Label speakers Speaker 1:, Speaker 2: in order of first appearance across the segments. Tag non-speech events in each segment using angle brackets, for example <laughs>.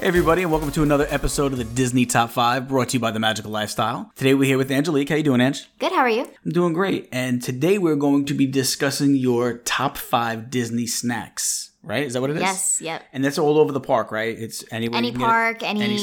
Speaker 1: Hey everybody, and welcome to another episode of the Disney Top 5 brought to you by The Magical Lifestyle. Today we're here with Angelique. How you doing, Ange?
Speaker 2: Good, how are you?
Speaker 1: I'm doing great. And today we're going to be discussing your top 5 Disney snacks, right? Is that what it is?
Speaker 2: Yes, yep.
Speaker 1: And that's all over the park, right? It's anywhere
Speaker 2: Any
Speaker 1: you can get it.
Speaker 2: park, any
Speaker 1: any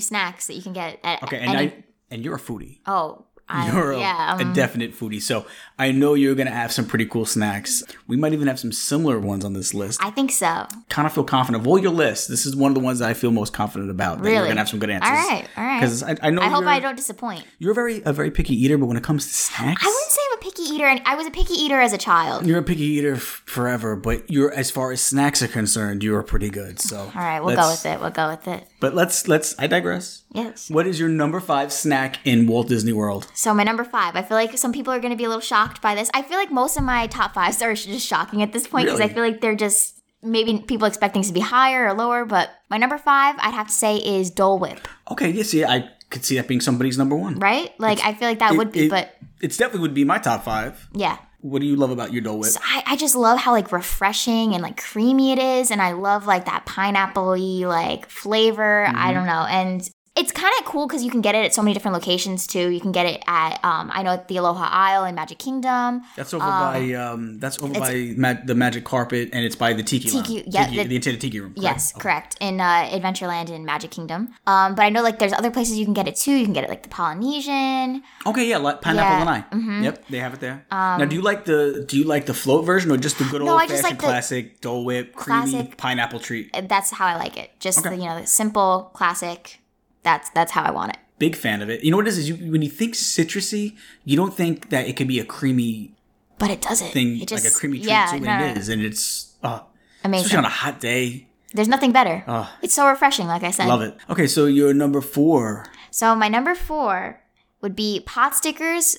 Speaker 1: snacks?
Speaker 2: that you can get at
Speaker 1: Okay,
Speaker 2: okay,
Speaker 1: and
Speaker 2: any.
Speaker 1: I and you're a foodie. <laughs>
Speaker 2: oh, I,
Speaker 1: You're a,
Speaker 2: yeah,
Speaker 1: a
Speaker 2: um,
Speaker 1: definite foodie. So I know you're going to have some pretty cool snacks. We might even have some similar ones on this list.
Speaker 2: I think so.
Speaker 1: kind of feel confident of all your lists. This is one of the ones that I feel most confident about. That you're
Speaker 2: Really?
Speaker 1: gonna have some good answers.
Speaker 2: All right, all right.
Speaker 1: Because I, I know
Speaker 2: I hope
Speaker 1: you're,
Speaker 2: I don't disappoint.
Speaker 1: You're very a very picky eater, but when it comes to snacks,
Speaker 2: I wouldn't say I'm a picky eater, and I was a picky eater as a child.
Speaker 1: you're a picky eater f- forever. But you're as far as snacks are concerned, you are pretty good. So all
Speaker 2: All right, we'll go with it. We'll go with it.
Speaker 1: But let's let's. I digress.
Speaker 2: Yes.
Speaker 1: What is your number five snack in Walt Disney World?
Speaker 2: So my number five. I feel like some people are going to be a little shocked by this. I feel like most of my top fives <laughs> are just shocking at this point because
Speaker 1: Really?
Speaker 2: I feel like they're just maybe people expect things to be higher or lower. But my number five, I'd have to say, is Dole Whip.
Speaker 1: Okay, yeah, see, I could see that being somebody's number one.
Speaker 2: Right? Like I feel like that
Speaker 1: It-
Speaker 2: would be,
Speaker 1: it-
Speaker 2: but
Speaker 1: it's definitely would be my top five.
Speaker 2: yeah.
Speaker 1: What do you love about your Dole Whip?
Speaker 2: I, I just love how like refreshing and like creamy it is and I love like that pineapple-y like flavor.
Speaker 1: Mm-hmm.
Speaker 2: I don't know. And it's kind of cool because you can get it at so many different locations too. You can get it at um, I know at the Aloha Isle in Magic Kingdom.
Speaker 1: That's over by um, that's over by ma- the magic carpet, and it's by the tiki,
Speaker 2: Tiki-
Speaker 1: room.
Speaker 2: yeah,
Speaker 1: tiki, the,
Speaker 2: the-
Speaker 1: enchanted tiki room. correct?
Speaker 2: Yes, correct. In uh, Adventureland and Magic Kingdom. Um, but I know like there's other places you can get it too. You can get it like the Polynesian.
Speaker 1: Okay, yeah, like pineapple
Speaker 2: Yeah, mm-hmm. Um,
Speaker 1: and I. Yep, they have it there. now, do you like the do you like the float version or just the good old
Speaker 2: I
Speaker 1: fashioned
Speaker 2: just like the
Speaker 1: classic Dole Whip creamy
Speaker 2: classic-
Speaker 1: pineapple treat?
Speaker 2: That's how I like it. Just
Speaker 1: Okay.
Speaker 2: the, you know, the simple, classic. That's that's how I want it.
Speaker 1: Big fan of it. You know what it is? Is you, when you think citrusy, you don't think that it could be a creamy
Speaker 2: But it does it.
Speaker 1: thing
Speaker 2: it just,
Speaker 1: like a creamy treat.
Speaker 2: yeah,
Speaker 1: so
Speaker 2: no, no,
Speaker 1: it
Speaker 2: no.
Speaker 1: is, and it's uh, especially
Speaker 2: Amazing.
Speaker 1: on a hot day.
Speaker 2: There's nothing better. it's so refreshing, like I said.
Speaker 1: Love it. Okay, so your number four.
Speaker 2: So my number four would be pot stickers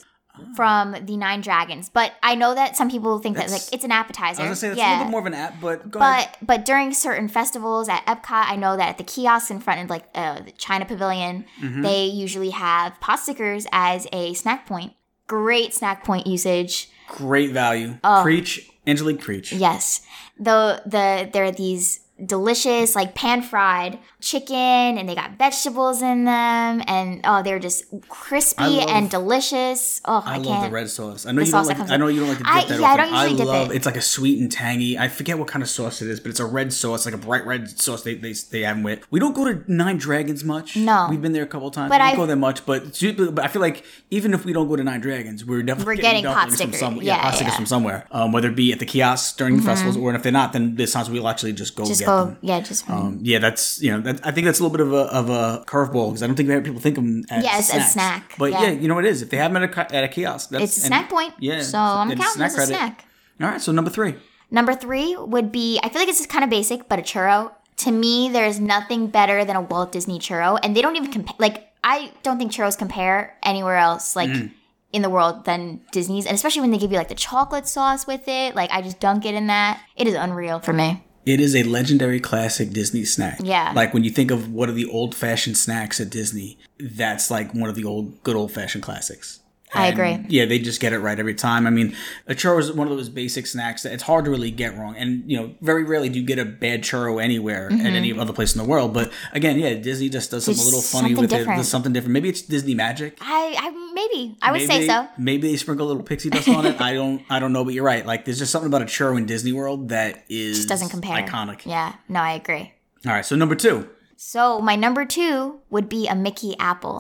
Speaker 2: from the Nine Dragons. But I know that some people think that
Speaker 1: That's-
Speaker 2: like it's an appetizer.
Speaker 1: I was gonna say that's a little bit more of an app, but go ahead.
Speaker 2: But but during certain festivals at Epcot, I know that at the kiosks in front of like uh, the China Pavilion,
Speaker 1: Mm-hmm.
Speaker 2: they usually have pot stickers as a snack point. Great snack point usage.
Speaker 1: Great value.
Speaker 2: Oh.
Speaker 1: Preach, Angelique, preach.
Speaker 2: Yes, though the there are these delicious like pan fried chicken, and they got vegetables in them, and oh, they're just
Speaker 1: I
Speaker 2: crispy
Speaker 1: love-
Speaker 2: and delicious. Oh, I,
Speaker 1: I
Speaker 2: can't.
Speaker 1: love the red sauce. I know you
Speaker 2: sauce
Speaker 1: don't
Speaker 2: that
Speaker 1: like.
Speaker 2: comes
Speaker 1: I know
Speaker 2: with-
Speaker 1: you don't like to dip
Speaker 2: I-
Speaker 1: that.
Speaker 2: yeah, I
Speaker 1: often.
Speaker 2: don't usually dip
Speaker 1: love,
Speaker 2: it.
Speaker 1: It's like a sweet and tangy. I forget what kind of sauce it is, but it's a red sauce, like a bright red sauce. They they, they have them with. We don't go to Nine Dragons much.
Speaker 2: No.
Speaker 1: we've been there a couple times.
Speaker 2: But
Speaker 1: we don't
Speaker 2: I've-
Speaker 1: go there much. But, but I feel like even if we don't go to Nine Dragons, we're definitely
Speaker 2: We're getting pot
Speaker 1: dumplings
Speaker 2: sticker.
Speaker 1: From some,
Speaker 2: Yeah,
Speaker 1: pot stickers
Speaker 2: yeah. Mm-hmm.
Speaker 1: from somewhere. Um, whether it be at the kiosks during the festivals, or if they're not, then this times we'll actually just go
Speaker 2: Just
Speaker 1: get
Speaker 2: go,
Speaker 1: them.
Speaker 2: yeah, just
Speaker 1: Um, yeah, that's you know, that, I think that's a little bit of a of a curveball because I don't think many people think of them as
Speaker 2: Yeah, as a
Speaker 1: snacks.
Speaker 2: snack,
Speaker 1: But yeah.
Speaker 2: yeah.
Speaker 1: you know what it is. If they have them at a, ki- at a kiosk, that's,
Speaker 2: it's a
Speaker 1: and-
Speaker 2: snack point.
Speaker 1: Yeah,
Speaker 2: so I'm
Speaker 1: and
Speaker 2: counting as a
Speaker 1: credit.
Speaker 2: snack.
Speaker 1: All right, so number three.
Speaker 2: Number three would be I feel like it's kind of basic, but a churro. To me, there's nothing better than a Walt Disney churro, and they don't even compare. Like I don't think churros compare anywhere else, like
Speaker 1: Mm.
Speaker 2: in the world, than Disney's, and especially when they give you like the chocolate sauce with it. Like I just dunk it in that. It is unreal for me.
Speaker 1: It is a legendary classic Disney snack.
Speaker 2: Yeah.
Speaker 1: Like when you think of what are the old fashioned snacks at Disney, that's like one of the old good old fashioned classics.
Speaker 2: I
Speaker 1: And,
Speaker 2: agree.
Speaker 1: Yeah, they just get it right every time. I mean, a churro is one of those basic snacks that it's hard to really get wrong. And, you know, very rarely do you get a bad churro anywhere
Speaker 2: Mm-hmm.
Speaker 1: at any other place in the world. But again, yeah, Disney just does something a
Speaker 2: There's
Speaker 1: little funny
Speaker 2: something
Speaker 1: with it.
Speaker 2: different.
Speaker 1: There's something different. Maybe it's Disney magic.
Speaker 2: I, I maybe I would
Speaker 1: maybe
Speaker 2: say
Speaker 1: they,
Speaker 2: so.
Speaker 1: Maybe they sprinkle a little pixie dust on it. I don't. I don't know, but you're right. Like there's just something about a churro in Disney World that is
Speaker 2: Just doesn't compare.
Speaker 1: Iconic.
Speaker 2: Yeah. No, I agree.
Speaker 1: All right. So number two.
Speaker 2: So my number two would be a Mickey apple.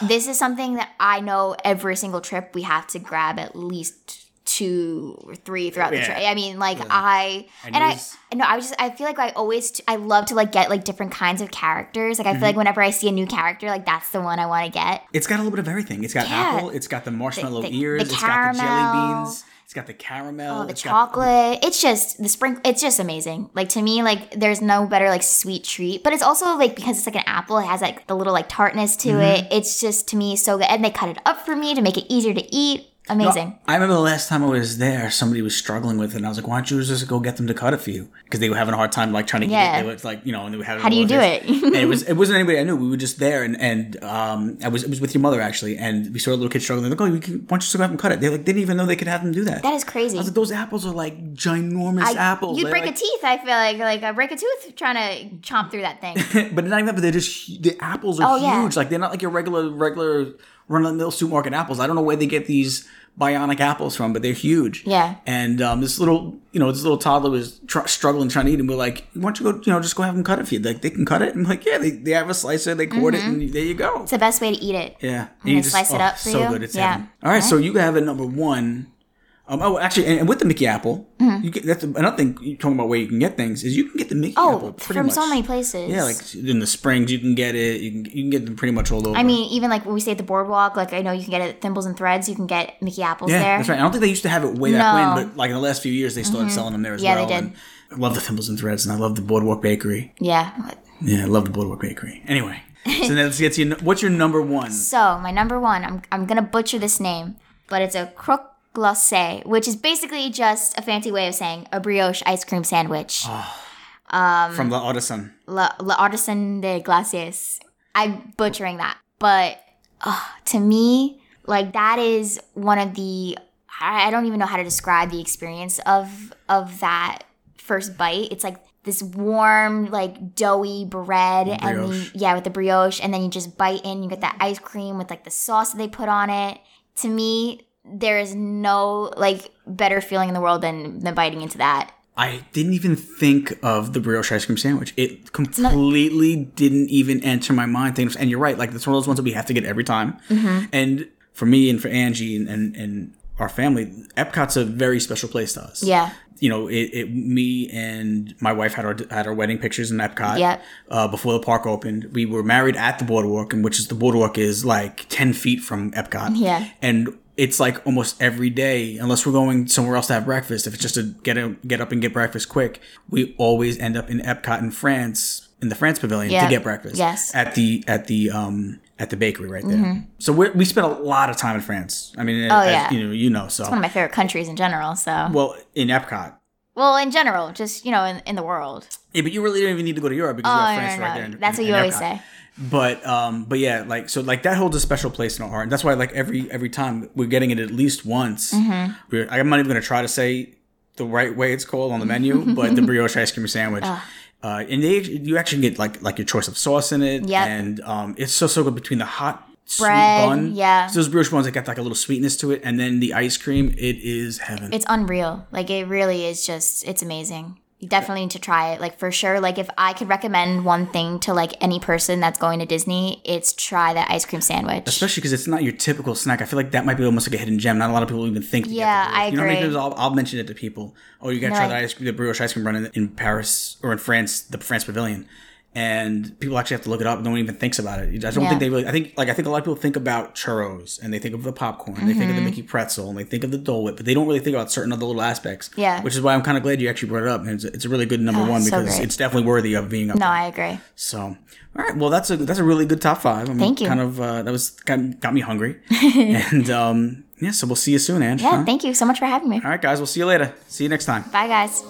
Speaker 2: This is something that I know every single trip we have to grab at least two or three throughout
Speaker 1: Yeah.
Speaker 2: the trip. I mean, like I and, I
Speaker 1: yours-
Speaker 2: no, I was just I feel like I always t- I love to like get like different kinds of characters. Like I feel
Speaker 1: Mm-hmm.
Speaker 2: like whenever I see a new character, like that's the one I want to get.
Speaker 1: It's got a little bit of everything. It's got
Speaker 2: Yeah.
Speaker 1: apple. It's got the marshmallow
Speaker 2: the-
Speaker 1: ears.
Speaker 2: the
Speaker 1: it's got the jelly
Speaker 2: caramel,
Speaker 1: beans. It's got the caramel.
Speaker 2: Oh, the
Speaker 1: it's got-
Speaker 2: chocolate. It's just the sprinkle. It's just amazing. Like to me, like there's no better like sweet treat. But it's also like because it's like an apple, it has like the little like tartness to
Speaker 1: Mm-hmm.
Speaker 2: it. It's just to me so good. And they cut it up for me to make it easier to eat. Amazing.
Speaker 1: I remember the last time I was there, somebody was struggling with it, and I was like, "Why don't you just go get them to cut it for you?" Because they were having a hard time, like trying to eat
Speaker 2: Yeah.
Speaker 1: it. They were like, you know, and they were having
Speaker 2: How do you do
Speaker 1: little
Speaker 2: it?
Speaker 1: things. <laughs> and
Speaker 2: <laughs>
Speaker 1: it was it wasn't anybody I knew. We were just there, and and um, I was it was with your mother actually, and we saw a little kid struggling. They're like, "Oh, you can, why don't you just go have them cut it?" They like they didn't even know they could have them do that.
Speaker 2: that is crazy.
Speaker 1: I was like, "Those apples are like ginormous
Speaker 2: I-
Speaker 1: apples."
Speaker 2: You'd
Speaker 1: They're,
Speaker 2: break
Speaker 1: like-
Speaker 2: a teeth. I feel like like I break a tooth trying to chomp through
Speaker 1: <laughs>
Speaker 2: that thing.
Speaker 1: but not even that. But they're just hu- the apples are
Speaker 2: Oh,
Speaker 1: huge.
Speaker 2: yeah.
Speaker 1: Like they're not like your regular regular run of the mill supermarket apples. I don't know where they get these bionic apples from, but they're huge.
Speaker 2: Yeah.
Speaker 1: And um, this little you know this little toddler was tr- struggling trying to eat, and we're like, why don't you go you know just go have them cut it for you? Like they can cut it. I'm like, yeah, they, they have a slicer, they cord it,
Speaker 2: Mm-hmm.
Speaker 1: and there you go.
Speaker 2: It's the best way to eat it.
Speaker 1: Yeah, and oh,
Speaker 2: they slice it up for
Speaker 1: so
Speaker 2: you?
Speaker 1: good, it's
Speaker 2: Yeah.
Speaker 1: heaven. All right, so you have a number one. Um, oh, actually, and, and with the Mickey Apple,
Speaker 2: Mm-hmm.
Speaker 1: you get, that's another thing you're talking about where you can get things is you can get the Mickey Apple
Speaker 2: Oh,
Speaker 1: pretty
Speaker 2: from
Speaker 1: much.
Speaker 2: so many places.
Speaker 1: Yeah, like in the springs, you can get it. You can, you can get them pretty much all over.
Speaker 2: I mean, even like when we stay at the boardwalk, like I know you can get it at Thimbles and Threads. You can get Mickey apples
Speaker 1: yeah,
Speaker 2: there.
Speaker 1: that's right. I don't think they used to have it way back
Speaker 2: No. Mm-hmm.
Speaker 1: when, but like in the last few years, they started selling them there as
Speaker 2: Yeah, they
Speaker 1: well.
Speaker 2: did.
Speaker 1: And I love the Thimbles and Threads, and I love the Boardwalk Bakery.
Speaker 2: Yeah.
Speaker 1: Yeah, I love the Boardwalk Bakery. Anyway, so
Speaker 2: <laughs>
Speaker 1: now let's get to your, what's your number one?
Speaker 2: So my number one, I'm I'm gonna butcher this name, but it's a croque glacé, which is basically just a fancy way of saying a brioche ice cream sandwich. Um,
Speaker 1: from La Artisan.
Speaker 2: La, La Artisan de Glaciers. I'm butchering that. But uh, to me, like that is one of the I I don't even know how to describe the experience of of that first bite. It's like this warm, like doughy bread and the,
Speaker 1: Brioche.
Speaker 2: yeah, with the brioche and then you just bite in, you get that ice cream with like the sauce that they put on it. To me, there is no like better feeling in the world than than biting into that.
Speaker 1: I didn't even think of the brioche ice cream sandwich. It completely didn't even enter my mind. Things, and you're right. Like it's one of those ones that we have to get every time.
Speaker 2: Mm-hmm.
Speaker 1: And for me and for Angie and, and and our family, Epcot's a very special place to us.
Speaker 2: Yeah.
Speaker 1: You know, it, it me and my wife had our had our wedding pictures in Epcot.
Speaker 2: Yep.
Speaker 1: Uh, before the park opened, we were married at the boardwalk, and which is the boardwalk is like ten feet from Epcot.
Speaker 2: Yeah.
Speaker 1: And it's like almost every day, unless we're going somewhere else to have breakfast. If it's just to get a, get up and get breakfast quick, we always end up in Epcot in France in the France Pavilion to
Speaker 2: Yeah.
Speaker 1: get breakfast.
Speaker 2: Yes. Mm-hmm.
Speaker 1: At the at the um at the bakery right there. So we we spent a lot of time in France. I mean, as,
Speaker 2: Oh, yeah.
Speaker 1: you know, you know. So
Speaker 2: One of my favorite countries in general, so
Speaker 1: well, in Epcot.
Speaker 2: Well, in general, just you know, in, in the world.
Speaker 1: Yeah, but you really don't even need to go to Europe because you
Speaker 2: Oh
Speaker 1: have
Speaker 2: no,
Speaker 1: France
Speaker 2: no,
Speaker 1: right
Speaker 2: no.
Speaker 1: there. in-
Speaker 2: That's what
Speaker 1: in
Speaker 2: you always
Speaker 1: Epcot.
Speaker 2: say.
Speaker 1: But um, but yeah, like so, like that holds a special place in our heart. That's why, like every every time we're getting it at least once.
Speaker 2: Mm-hmm.
Speaker 1: We're, I'm not even gonna try to say the right way it's called on the menu,
Speaker 2: <laughs>
Speaker 1: but the brioche ice cream sandwich. Uh, and they, you actually get like like your choice of sauce in it,
Speaker 2: Yep.
Speaker 1: and um, it's so so good between the hot
Speaker 2: Bread,
Speaker 1: sweet bun,
Speaker 2: yeah.
Speaker 1: So those brioche ones that got like a little sweetness to it, and then the ice cream, it is heaven.
Speaker 2: It's unreal. Like it really is just it's amazing. You definitely need to try it. Like for sure. Like if I could recommend one thing to like any person that's going to Disney, it's try that ice cream sandwich.
Speaker 1: especially because it's not your typical snack. I feel like that might be almost like a hidden gem. Not a lot of people even think. To get
Speaker 2: Yeah,
Speaker 1: the brioche.
Speaker 2: I
Speaker 1: You know how many
Speaker 2: agree.
Speaker 1: times I'll, I'll mention it to people. Oh, you got to try
Speaker 2: Right.
Speaker 1: the ice, the brioche ice cream run in, in Paris or in France, the France Pavilion, and people actually have to look it up. No one even thinks about it. I don't
Speaker 2: Yeah.
Speaker 1: think they really. I think like I think a lot of people think about churros and they think of the popcorn, they think of the
Speaker 2: Mm-hmm.
Speaker 1: Mickey pretzel, and they think of the Dole Whip, but they don't really think about certain other little aspects.
Speaker 2: Yeah. Oh,
Speaker 1: which is why I'm kind of glad you actually brought it up. And it's, it's a really good number one
Speaker 2: so
Speaker 1: because
Speaker 2: great.
Speaker 1: it's definitely worthy of being up.
Speaker 2: no,
Speaker 1: there.
Speaker 2: I agree.
Speaker 1: So, all right. Well, that's a that's a really good top five. I'm
Speaker 2: Thank you.
Speaker 1: Kind of uh, that was got, got me
Speaker 2: <laughs>
Speaker 1: hungry, and um, yeah. So we'll see you soon, Ange.
Speaker 2: Yeah,
Speaker 1: huh?
Speaker 2: thank you so much for having me.
Speaker 1: all right, guys. We'll see you later. See you next time.
Speaker 2: Bye guys.